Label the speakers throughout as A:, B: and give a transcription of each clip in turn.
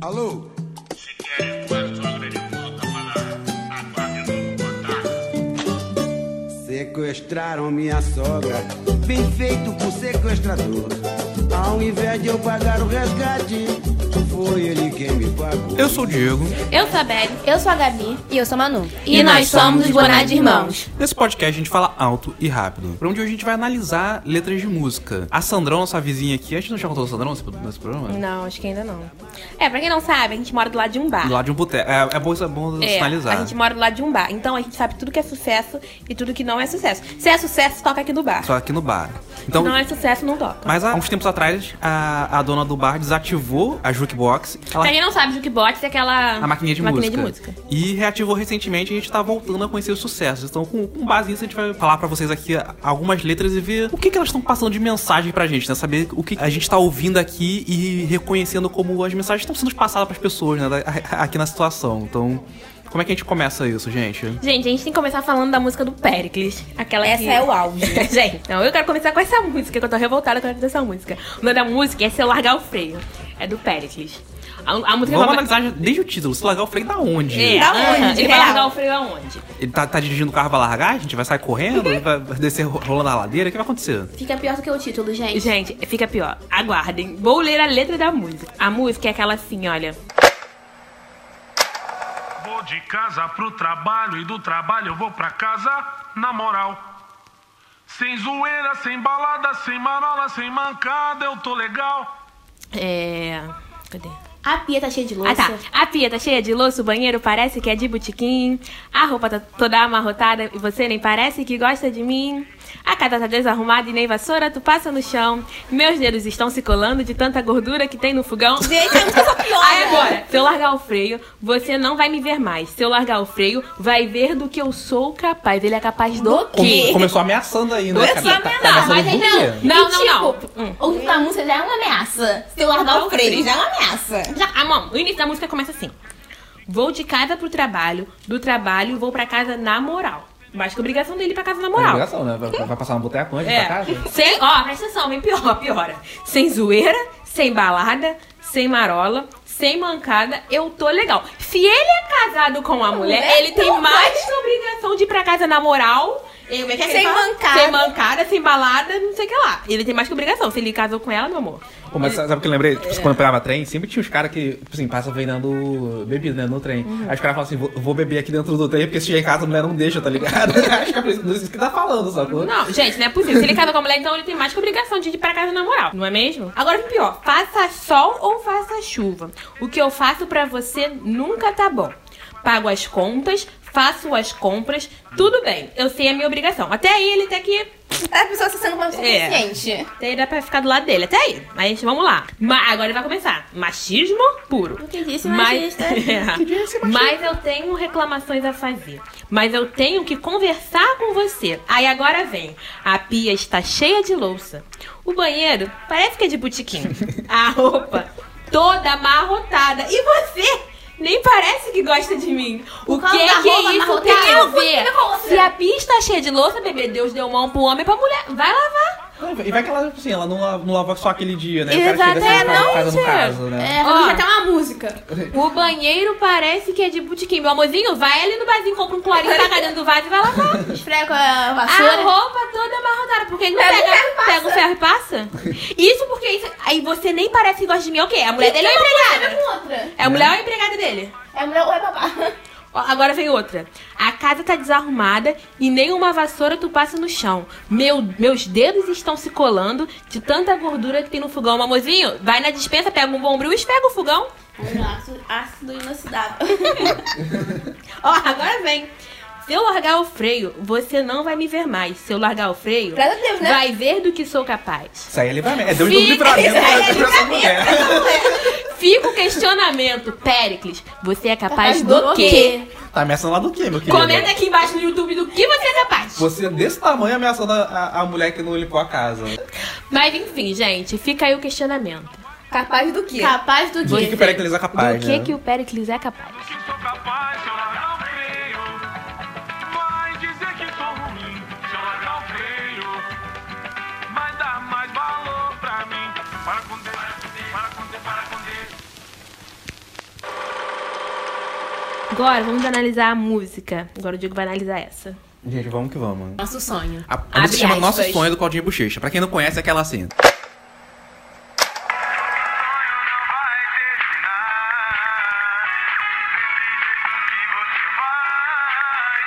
A: Alô? Se quer quatro horas de volta para aguarde novo contato. Sequestraram minha sogra, bem feito por sequestrador. Ao invés de eu pagar o resgate, foi ele quem me pagou.
B: Eu sou o Diego.
C: Eu sou a Beli.
D: Eu sou a Gabi.
E: E eu sou a Manu.
F: E, e nós somos os Boná de Irmãos.
B: Nesse podcast a gente fala alto e rápido. Pra onde a gente vai analisar letras de música. A Sandrão, nossa vizinha aqui, a gente não já contou a Sandrão nesse programa?
E: Não, acho que ainda não.
C: É, pra quem não sabe, a gente mora do lado de um bar.
B: Do lado de um boteco. É, é bom, é bom
C: É,
B: sinalizar.
C: A gente mora do lado de um bar. Então a gente sabe tudo que é sucesso e tudo que não é sucesso. Se é sucesso, toca aqui no bar.
B: Só aqui no bar.
C: Então, não é sucesso, não toca.
B: Mas há uns tempos atrás, a, a dona do bar desativou a jukebox. Ela-
C: Pra quem não sabe, jukebox é aquela.
B: a maquininha de,
C: maquininha
B: música.
C: de música.
B: E reativou recentemente e a gente tá voltando a conhecer os sucessos. Então, com, com base nisso, a gente vai falar pra vocês aqui algumas letras e ver o que, que elas estão passando de mensagem pra gente, né? Saber o que a gente tá ouvindo aqui e reconhecendo como as mensagens estão sendo passadas pras pessoas, né? Da- Aqui na situação. Então, como é que a gente começa isso, gente?
C: Gente, a gente tem que começar falando da música do Pericles. Aquela
E: Essa
C: que...
E: é o auge.
C: Gente, não, eu quero começar com essa música, que eu tô revoltada com essa música. O nome da música é Se Eu Largar o Freio. É do Pericles. A, a música é
B: Vamos
C: fala-
B: analisar desde o título. Se largar o freio da onde?
C: É,
E: Da
C: aham,
E: onde?
C: Ele vai
E: Real.
C: largar o freio aonde?
B: Ele tá, tá dirigindo o carro, vai largar? A gente vai sair correndo?
C: Uhum.
B: vai vai descer ro- rolando a ladeira? O que vai acontecer?
D: Fica pior do que o título, gente.
C: Gente, fica pior. Aguardem. Vou ler a letra da música. A música é aquela assim, olha.
G: Vou de casa pro trabalho e do trabalho eu vou pra casa, na moral. Sem zoeira, sem balada, sem marola, sem mancada, eu tô legal.
C: É. Cadê?
D: A pia tá cheia de louça.
C: Ah tá. A pia tá cheia de louça, o banheiro parece que é de botiquim. A roupa tá toda amarrotada e você nem parece que gosta de mim. A casa tá desarrumada e nem vassoura, tu passa no chão. Meus dedos estão se colando de tanta gordura que tem no fogão.
E: Gente, a música só piora.
C: Aí agora, se eu largar o freio, você não vai me ver mais. Se eu largar o freio, vai ver do que eu sou capaz. Ele é capaz do,
E: Do
B: Come-
C: quê?
B: Começou ameaçando aí, né?
C: Começou
B: cara? Tá- tá
C: ameaçando,
B: ameaçando
C: mas
B: por
C: então-
B: quê?
C: Não,
D: e,
C: não,
D: tipo, não. O da música já é uma ameaça.
E: Se eu largar o freio, já é uma ameaça.
C: Já, ah, bom, o início da música começa assim. Vou de casa pro trabalho, do trabalho vou pra casa na moral. Mais que obrigação dele ir pra casa na
B: É
C: moral.
B: obrigação, né? Vai, vai passar no boteco antes pra
C: É.
B: casa?
C: Sem, ó, presta atenção, vem pior, piora. Sem zoeira, sem balada, sem marola, sem mancada, eu tô legal. Se ele é casado com a mulher,
E: É,
C: ele tem
E: não,
C: mais obrigação de ir pra casa na moral. E como é que é que
E: Sem
C: ele fala?
E: mancada.
C: Sem mancada, sem balada, não sei o que lá. Ele tem mais que obrigação. Se ele casou com ela, meu amor.
B: Pô, mas sabe o que eu lembrei? Tipo, quando eu pegava trem, sempre tinha os caras que, tipo assim, passam vendendo bebida, né, no trem.
C: Uhum.
B: Aí os caras falam assim, vou, vou beber aqui dentro do trem, porque se chegar em casa a mulher não deixa, tá ligado? Acho que é por isso- por isso que tá falando, sacou?
C: Não, gente, não é possível. Se ele casa com a mulher, então ele tem mais que obrigação de ir pra casa na moral, não é mesmo? Agora, o pior, faça sol ou faça chuva. O que eu faço pra você nunca tá bom. Pago as contas, faço as compras, tudo bem. Eu sei a minha obrigação. Até aí ele tá aqui.
E: A pessoa está sendo uma pessoa
C: É.
E: consciente.
C: Até aí dá pra ficar do lado dele. Até aí. Mas gente, vamos lá. Ma- agora vai começar. Machismo puro.
D: O que disse,
C: Mas,
D: machista?
C: É. mas eu tenho reclamações a fazer. Mas eu tenho que conversar com você. Aí agora vem. A pia está cheia de louça. O banheiro parece que é de botiquim. A roupa toda amarrotada. E você nem parece que gosta de mim. O que
D: causa da
C: que é
D: roupa
C: isso
D: amarrotada,
C: tem a
D: eu vou
C: ver?
D: ter com você.
C: Se a pia está cheia de louça, bebê, Deus deu mão pro homem e pra mulher. Vai lavar.
B: E vai que ela, tipo assim, ela não, la- não lava só aquele dia, né?
C: Exato,
B: o cara chega
C: é,
B: assim,
C: não,
B: casa no
C: gente.
B: caso, né?
D: É,
C: Ó.
D: já tem uma música.
C: O banheiro parece que é de botiquim. Meu amorzinho, vai ali no barzinho, compra um clorinho, taca dentro do vaso e vai lavar.
D: Esfrega com a
C: A
D: vassoura.
C: roupa toda amarrotada, porque não
E: É, Pega o
C: pega,
E: ferro e passa.
C: pega o ferro e passa? Isso porque isso, aí você nem parece que gosta de mim, é o quê? A mulher dele é a empregada.
D: com outra.
C: É a mulher ou a empregada dele?
D: É mulher ou é babá?
C: Ó, Agora vem outra. A casa tá desarrumada e nem uma vassoura tu passa no chão. Meu, meus dedos estão se colando de tanta gordura que tem no fogão. Mamozinho, vai na dispensa, pega um bombril e pega o fogão.
D: Um ácido, ácido inoxidável.
C: Ó, agora vem. Se eu largar o freio, você não vai me ver mais. Se eu largar o freio,
E: Graças a Deus, né?
C: vai ver do que sou capaz.
B: Isso aí é livramento. É Deus do
C: Fica-
B: livramento
C: isso aí
B: pra-
C: é
B: pra essa mulher.
C: Fica o questionamento, Péricles. Você é capaz,
D: Capaz
C: do,
D: do
C: quê?
B: Tá ameaçando lá do quê, meu querido?
C: Comenta aqui embaixo no YouTube do que você é capaz.
B: Você desse tamanho ameaçando a, a- a mulher que não limpou a casa. né?
C: Mas enfim, gente, fica aí o questionamento.
E: Capaz do quê?
D: Capaz do
B: Do que,
D: quê?
B: que o Pericles é capaz,
C: do
B: né?
C: que, que o Péricles é capaz?
G: Que sou capaz se eu largar o freio. Vai dizer que sou ruim se eu largar o freio. Vai dar mais valor pra mim. Para com Deus, para com Deus, para com Deus.
C: Agora vamos analisar a música. Agora o Diego vai analisar essa.
B: Gente, vamos que vamos.
F: Nosso sonho.
B: A, a
F: Abre
B: música se chama
F: aspas.
B: Nosso Sonho do Claudinho Bochecha. Pra quem não conhece, é aquela assim.
G: sonho não vai terminar. Desse jeito que você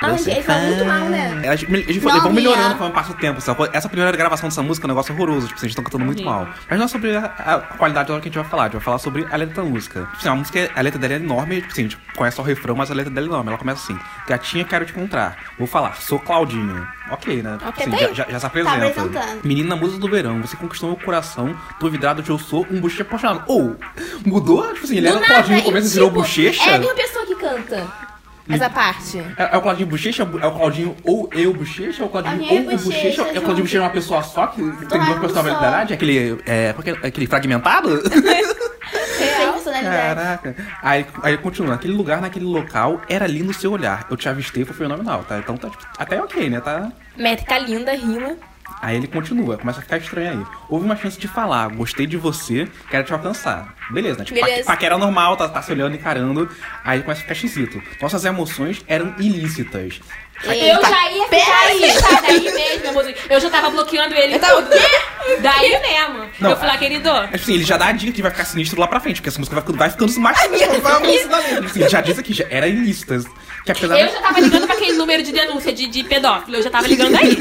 G: vai.
E: Ah, gente, ele fala muito mal, né?
B: Elas, me- eles
E: Não,
B: vão
E: minha.
B: melhorando conforme passa o tempo. sabe? Essa primeira gravação dessa música é um negócio horroroso. Tipo, vocês estão cantando muito mal. Mas não é sobre a, a qualidade da hora que a gente vai falar. A gente vai falar sobre a letra da música. Tipo, assim, a música, é- a letra dela é enorme. Tipo, assim, a gente conhece só o refrão, mas a letra dela é enorme. Ela começa assim. Gatinha, quero te encontrar. Vou falar, sou Claudinho. Ok, né?
E: Ok,
B: Assim,
E: tá
B: já,
E: aí.
B: já, já se apresenta.
E: apresentando.
B: Menina musa do verão, você conquistou meu coração. Tô vidrado de eu sou um bochecha apaixonado. Ou, mudou? Tipo assim, ele era
E: Do
B: o Claudinho no
E: nada,
B: começo
E: e,
B: e virou
E: tipo,
B: bochecha?
E: É a mesma pessoa que canta. Essa parte.
B: É, é o Claudinho Bochecha? É o Claudinho ou eu Bochecha? É o Claudinho
D: Alguém
B: ou o Bochecha?
D: Bochecha,
B: É o
D: junto.
B: Claudinho Bochecha é uma pessoa só que tem duas
D: uma
B: personalidades? Aquele, é, qual que é? aquele fragmentado?
D: Sem
E: É
D: personalidade.
B: Caraca. Aí, aí continua. Aquele lugar naquele local era ali no seu olhar. Eu te avistei, foi fenomenal, tá? Então tá tipo, até ok, né? Tá,
F: Métrica linda, rima.
B: Aí ele continua, começa a ficar estranho aí. Houve uma chance de falar, gostei de você, quero te alcançar. Beleza, né? Tipo,
E: Beleza.
B: pa- paquera normal, tá, tá se olhando, encarando. Aí começa a ficar esquisito. Nossas emoções eram ilícitas. tá.
F: Eu já ia ficar aí, daí mesmo, amorzinho. Eu já tava bloqueando ele.
E: Eu tava Tá o quê?
F: Daí mesmo.
B: Não.
F: Eu falei, ah, querido,
B: Assim, ele já dá a dica que vai ficar sinistro lá pra frente, porque essa música vai ficando, vai ficando mais sinistra. Vai avançando ali. Assim, ele já diz aqui, já era ilícitas. Que apesar
F: eu
B: da-
F: já tava ligando pra aquele número de denúncia de, de pedófilo. Eu já tava ligando aí.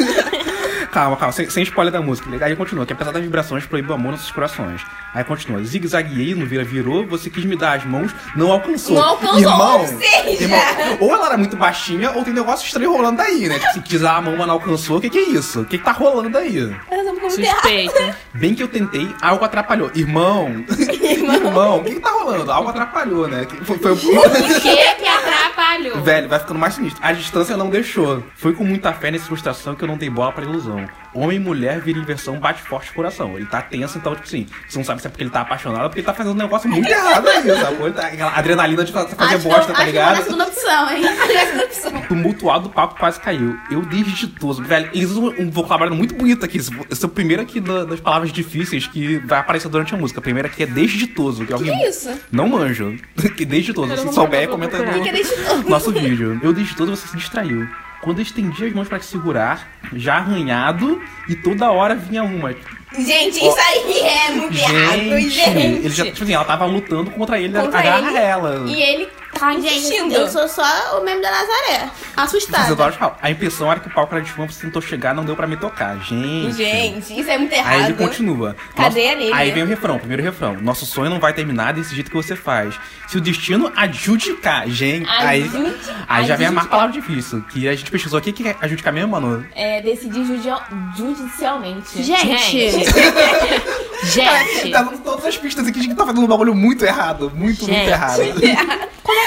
B: Calma, calma, sem, sem spoiler da música. né? Aí continua, que apesar das vibrações proíbe o amor nos nossos corações. Aí continua, zigue-zagueei, no vira virou, você quis me dar as mãos, não alcançou.
E: Não alcançou,
B: irmão,
E: ou seja-
B: irmão, ou ela era muito baixinha, ou tem negócio estranho rolando daí, né? Tipo, se quis dar a mão, mas não alcançou, o que, que é isso? O que, que tá rolando daí?
F: Suspeita.
B: Bem que eu tentei, algo atrapalhou. Irmão, irmão, o que, que tá rolando? Algo atrapalhou, né? Que- Foi, foi...
F: O que que atrapalhou?
B: Velho, vai ficando mais sinistro. A distância não deixou. Foi com muita fé nessa frustração que eu não dei bola pra ilusão. Homem e mulher vira inversão, bate forte o coração. Ele tá tenso, então, tipo assim, você não sabe se é porque ele tá apaixonado ou porque ele tá fazendo um negócio muito errado aí, sacou? Ele tá- Aquela adrenalina de fa- fazer
D: Acho que não- acho que
B: bosta, tá
D: não é a
B: ligado?
D: segunda opção, hein?
B: Tumultuado, o papo quase caiu. Eu desditoso. Velho, eles usam um vocabulário muito bonito aqui. Esse esse é o primeiro aqui da- das palavras difíceis que vai aparecer durante a música. A primeira aqui é desditoso. Que, alguém...
E: É Isso.
B: Não manjo. Que desde todo. Se souber, comenta no nosso vídeo. Eu desde todo, você se distraiu. Quando eu estendi as mãos pra te segurar, já arranhado, e toda hora vinha uma.
E: Gente, isso aí é muito errado,
B: Gente!
E: gente.
B: Ele já, tipo assim, ela tava lutando contra ele,
E: Contra
B: agarra
E: ele.
B: ela.
E: E ele tá insistindo.
D: Gente, eu sou só o meme da Nazaré.
B: Vocês
D: Assustada.
B: adoram falar. tá- A impressão era que o palco era de fã, você tentou chegar, não deu pra me tocar. Gente.
E: Gente, isso é muito errado.
B: Aí ele continua.
E: Cadeia
B: Nosso-
E: nele,
B: Aí
E: né?
B: vem o refrão, o primeiro refrão. Nosso sonho não vai terminar desse jeito que você faz. Se o destino adjudicar, gente. Aí, aí já vem a mais palavra difícil. Que a gente pesquisou aqui que é adjudicar mesmo, mano.
F: É, decidir judio- judicialmente.
C: Gente.
F: Gente.
B: Tá dando todas as pistas aqui de que tá fazendo um bagulho muito errado. Muito,
F: Gente.
B: muito errado.
D: Como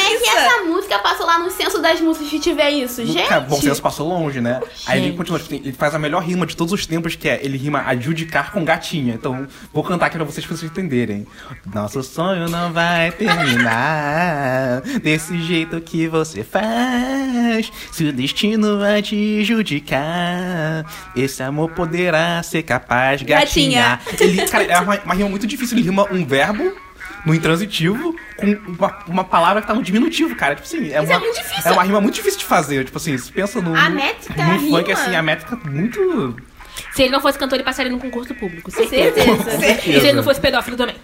D: é que essa música passou lá no censo das músicas que tiver isso, gente?
B: Cara, bom senso passou longe, né? Aí ele
F: Gente.
B: continua, tipo, ele faz a melhor rima de todos os tempos, que é ele rima adjudicar com gatinha. Então, vou cantar aqui pra vocês pra vocês entenderem. Nosso sonho não vai terminar desse jeito que você faz. Se o destino vai te judicar, esse amor poderá ser capaz, gatinha. Ele, cara, é uma, uma rima muito difícil, ele rima um verbo. No intransitivo, com uma, uma palavra que tá no diminutivo, cara. Tipo assim, é, uma,
E: muito difícil. é
B: é uma rima muito difícil de fazer. Tipo assim, você pensa no.
D: A métrica,
B: No funk,
D: rima.
B: assim, a métrica muito.
F: Se ele não fosse cantor, ele passaria num concurso público. Certeza.
D: Certeza.
F: E se ele não fosse pedófilo também.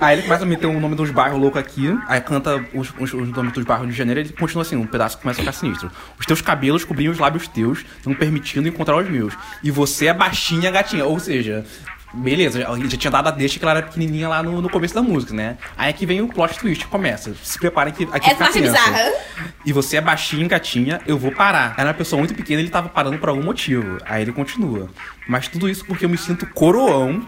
B: Aí ele começa a meter o nome dos bairros louco aqui. Aí canta os, os, os nomes dos bairros de janeiro. Ele continua assim, um pedaço que começa a ficar sinistro. Os teus cabelos cobriam os lábios teus, não permitindo encontrar os meus. E você é baixinha, gatinha. Ou seja. Beleza, já- ele já tinha dado a deixa que ela era pequenininha lá no, no começo da música, né? Aí aqui vem o plot twist, começa. Se preparem que aqui
E: Essa parte é
B: tenso.
E: bizarra.
B: E você é baixinho, gatinha, eu vou parar. Era uma pessoa muito pequena, ele tava parando por algum motivo. Aí ele continua. Mas tudo isso porque eu me sinto coroão.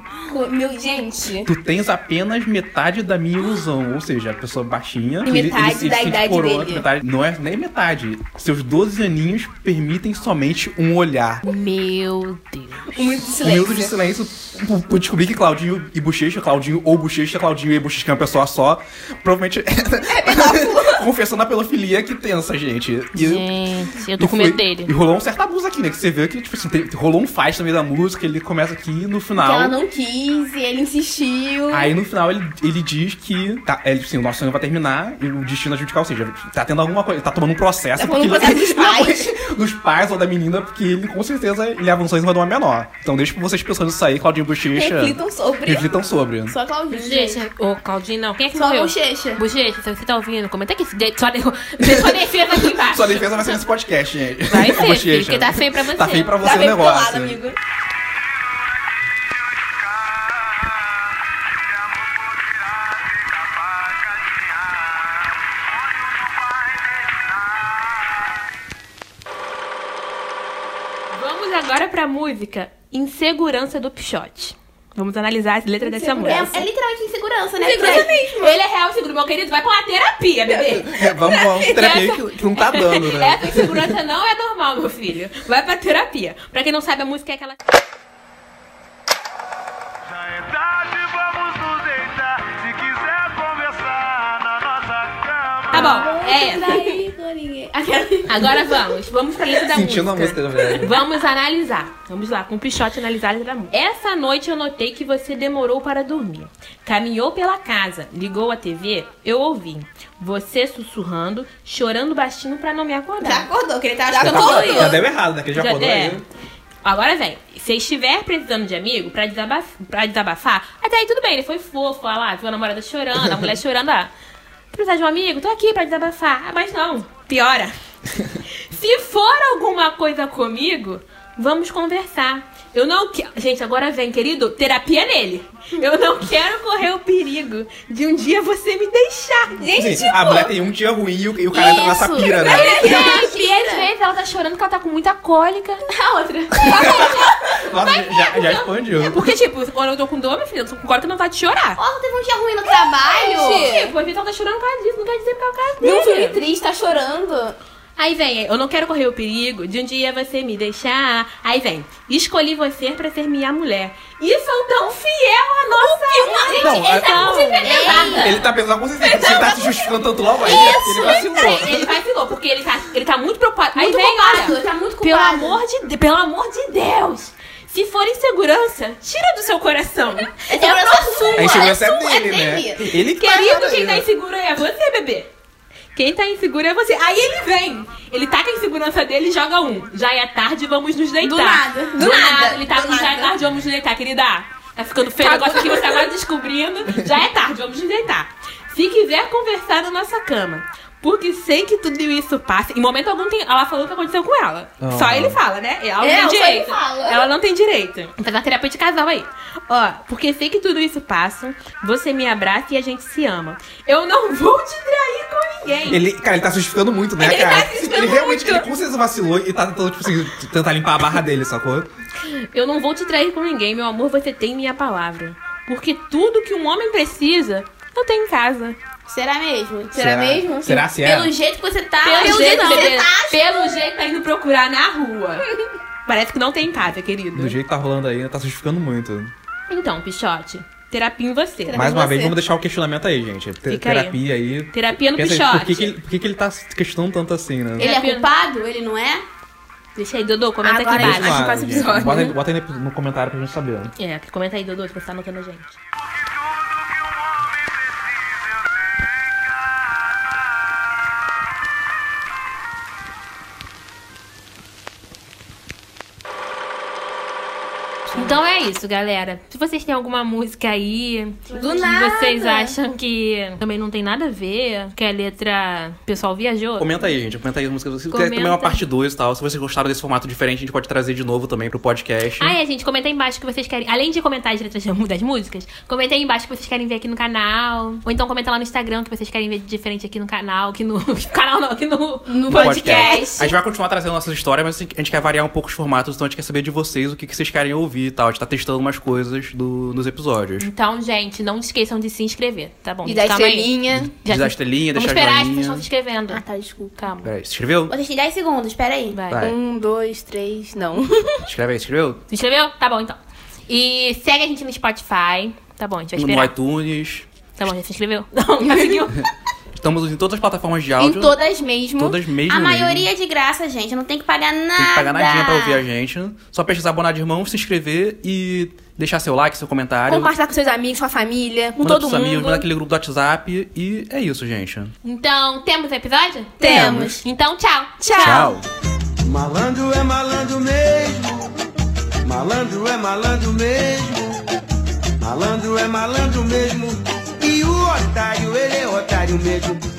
E: Meu, gente.
B: Tu tens apenas metade da minha ilusão. Ou seja, a pessoa baixinha. que
E: Metade
B: se
E: da
B: sente
E: idade
B: coroa,
E: dele.
B: metade- não é nem metade. Seus 12 aninhos permitem somente um olhar.
F: Meu Deus.
E: Muito
B: Um minuto de
E: silêncio.
B: silêncio por eu descobri que Claudinho e Bochecha, Claudinho ou Bochecha, Claudinho e Bochecha, que é uma pessoa só, provavelmente
E: É,
B: confessando a pedofilia que tensa, gente. E-
F: Gente, eu tô
B: e
F: com
B: foi-
F: medo dele.
B: E rolou um certo abuso aqui, né? Que você vê que, tipo assim, tem- rolou um faz também da música, ele começa aqui e no
E: Que ela
B: final.
E: não quis e ele insistiu.
B: Aí no final ele, ele diz que. Tá, ele, assim, o nosso sonho vai terminar e o destino é judicial, ou seja, tá tendo alguma coisa. Tá tomando um processo.
E: Tá tomando
B: porque
E: um processo dos pais.
B: dos pais ou da menina, porque ele com certeza ele avançou em cima de uma menor. Então deixa vocês pensando nisso aí, Claudinho Bochecha.
E: Reflitam sobre.
B: Reflitam sobre.
E: Só a Claudinha.
F: Bochecha, ô Claudinho, não. Quem é que
E: Só a
F: morreu?
E: bochecha.
F: Bochecha, se você tá ouvindo, comenta aqui. se de- Sua, de... sua defesa aqui embaixo.
B: Sua defesa vai ser nesse podcast, gente.
F: Vai ser,
B: Bochecha.
F: filho, porque tá feio pra você.
B: Tá feio pra você
E: Tá
B: o
E: bem
B: negócio.
E: bolado, amigo.
C: Vamos agora pra música Insegurança do Pichote. Vamos analisar as letras dessa música.
D: É, é literalmente insegurança, né?
F: Segurança mesmo. Ele é real seguro, meu querido. Vai pra uma terapia, bebê.
B: É, vamos, vamos. Terapia que, que não tá dando, né?
F: Essa insegurança não é normal, meu filho.
C: Vai pra terapia. Pra quem não sabe, a música é aquela.
G: Já é tarde, vamos nos deitar. Se quiser conversar na nossa cama.
C: Tá bom, é essa.
E: Aquela-
C: Agora vamos. Vamos pra letra da
B: Sentindo a
C: música.
B: música, velho.
C: Vamos analisar. Vamos lá, com o Pichote analisar a letra da música. Essa noite eu notei que você demorou para dormir. Caminhou pela casa, ligou a TV, eu ouvi. Você sussurrando, chorando baixinho pra não me
E: Já
C: acordar.
E: acordou, que ele tava
B: Já,
E: achando
B: já
E: tudo.
B: deu errado, né? Que ele já acordou
C: é.
B: aí.
C: Agora vem. Se estiver precisando de amigo pra, desabaf pra desabafar, até aí tudo bem. Ele foi fofo, olha lá, viu a namorada chorando, a mulher chorando, ah. Precisar de um amigo? Tô aqui pra desabafar. Ah, mas não, piora. Se for alguma coisa comigo, vamos conversar. Eu não quero. Gente, agora vem, querido, terapia nele. Eu não quero correr o perigo de um dia você me deixar.
E: Gente,
B: Gente,
E: tipo,
B: a mulher tem um dia ruim e o, e o cara entra nessa
D: Isso.
B: pira, né?
F: E, e às vezes ela tá chorando porque ela tá com muita cólica.
E: a outra.
B: Nossa, já, já expandiu.
C: Porque, tipo, quando eu tô com dor, meu filho, eu tô com cor que não vai te chorar.
D: Ó, teve um dia ruim no trabalho.
E: Gente,
C: Tipo, às vezes ela tá chorando por causa disso, não quer dizer por causa dele.
E: num filme triste, tá chorando.
C: Aí vem, eu não quero correr o perigo de um dia você me deixar. Aí vem, escolhi você pra ser minha mulher. E são tão fiel à nossa
B: Não, é-
C: um tipo
D: Ei,
B: Ele tá pensando com certeza. Você tá se justificando tanto logo aí, né? ele vacilou.
C: É, Ele vacilou, porque ele tá, ele tá muito preocupado. Aí
D: Muito
C: vem,
D: culpado,
C: olha,
D: tá muito
C: pelo
D: culpado.
C: amor, de, de- pelo amor de Deus, se for insegurança, tira do seu coração. É
D: Insegurança sua.
B: A insegurança é
D: sua,
B: dele, né?
D: dele.
B: Ele que
C: um Querido, quem
B: né?
C: tá inseguro é você, bebê. Quem tá inseguro é você. Aí ele vem. Ele tá com a insegurança dele e joga um. Já é tarde, vamos nos deitar.
E: Do nada,
C: Do,
E: do
C: nada.
E: nada,
C: Ele tá
E: do
C: com já é
E: nada.
C: tarde, vamos nos deitar, querida. Tá ficando feio o negócio aqui, você tá agora descobrindo. Já é tarde, vamos nos deitar. Se quiser conversar na nossa cama. Porque sem que tudo isso passe. Em momento algum, tem- ela falou o que aconteceu com ela.
B: Ah.
C: Só ele fala, né? Ela não tem
E: É, só ele
C: direito.
E: fala.
C: Ela não tem direito. Vou fazer uma terapia de casal aí. Ó, porque sei que tudo isso passa, você me abraça e a gente se ama. Eu não vou te trair com ninguém.
B: Ele, cara, ele tá se justificando muito, né,
C: Ele tá
B: cara?
C: se justificando
B: ele realmente,
C: muito.
B: ele com certeza vacilou e tá tentando, tipo assim, tentar limpar a barra dele, sacou?
C: Eu não vou te trair com ninguém, meu amor, você tem minha palavra. Porque tudo que um homem precisa, eu tenho em casa.
D: Será mesmo?
E: Será mesmo?
B: Será se é?
D: Pelo jeito que você tá.
C: Pelo
D: pelo
C: jeito,
D: jeito que
C: bebê,
D: você tá.
C: pelo jeito tá indo procurar na rua. Parece que não tem em casa, querido.
B: Do jeito que tá rolando aí, tá se justificando muito.
C: Então, Pichote, terapia em você.
B: Mais uma
E: você.
B: vez, vamos deixar o questionamento aí, gente. Te-
C: Fica aí.
B: terapia aí.
C: Terapia no
B: Pensa aí,
C: Pichote.
B: Por que, que, ele- por que que ele tá se questionando tanto assim, né?
D: Ele é
C: Terapia-
D: culpado? Ele não é?
C: Deixa aí, Dodô, comenta
E: Agora
C: aqui
E: a gente
C: embaixo.
E: faz o
B: gente.
E: episódio.
B: Bota, aí- bota aí no comentário pra gente saber.
C: É, comenta aí, Dodô, se você tá anotando a gente. Então é isso, galera. Se vocês têm alguma música aí
E: Do
C: que
E: nada.
C: vocês acham que também não tem nada a ver, que a letra o pessoal viajou,
B: Comenta aí, gente. Comenta aí as músicas. Se
C: Comenta.
B: quiser também uma parte 2 e tal. Se vocês gostaram desse formato diferente, a gente pode trazer de novo também pro podcast.
C: Ah, é, gente, comenta aí embaixo o que vocês querem. Além de comentar as letras das músicas, comenta aí embaixo o que vocês querem ver aqui no canal. Ou então comenta lá no Instagram o que vocês querem ver de diferente aqui no canal. Aqui no. Canal não, aqui no, no podcast.
B: A gente vai continuar trazendo nossas histórias, mas a gente quer variar um pouco os formatos, então a gente quer saber de vocês o que, que vocês querem ouvir e tal. A gente tá testando umas coisas do- nos episódios.
C: Então, gente, não esqueçam de se inscrever, tá bom?
E: E da
C: Calma aí.
E: estrelinha.
B: Diz
C: Já
B: a
C: se-
B: estrelinha,
C: Vamos
B: deixa
C: esperar, as
B: a
C: pessoas
B: joinha.
C: estão se inscrevendo.
D: Ah, tá, desculpa.
C: Calma,
B: Peraí, se inscreveu?
D: Vocês têm 10 segundos, pera aí.
C: vai.
B: Vai.
E: Um, dois, três, não.
B: Escreve aí, se inscreveu?
C: Se inscreveu? Tá bom, então. E segue a gente no Spotify. Tá bom, a gente vai
B: No
C: esperar.
B: iTunes.
C: Tá bom, já se inscreveu? Não, conseguiu.
B: Estamos em todas as plataformas de
E: Em
B: áudio.
E: todas mesmo.
B: Tá Todas mesmo,
E: A
B: mesmo.
E: maioria é de graça, gente. Não tem que pagar nada.
B: Tem que pagar nadinha pra ouvir a gente. Só pesquisar Bonade Irmão, se inscrever e deixar seu like, seu comentário.
E: Compartilhar com seus amigos, com a família, com
B: manda
E: todo
B: pros
E: mundo.
B: amigos, manda aquele grupo do WhatsApp. E é isso, gente.
C: Então, temos episódio?
E: Temos.
C: Então, tchau.
B: Tchau.
A: Malandro é malandro mesmo. Malandro é malandro mesmo. Malandro é malandro mesmo. E o otário, ele é otário mesmo.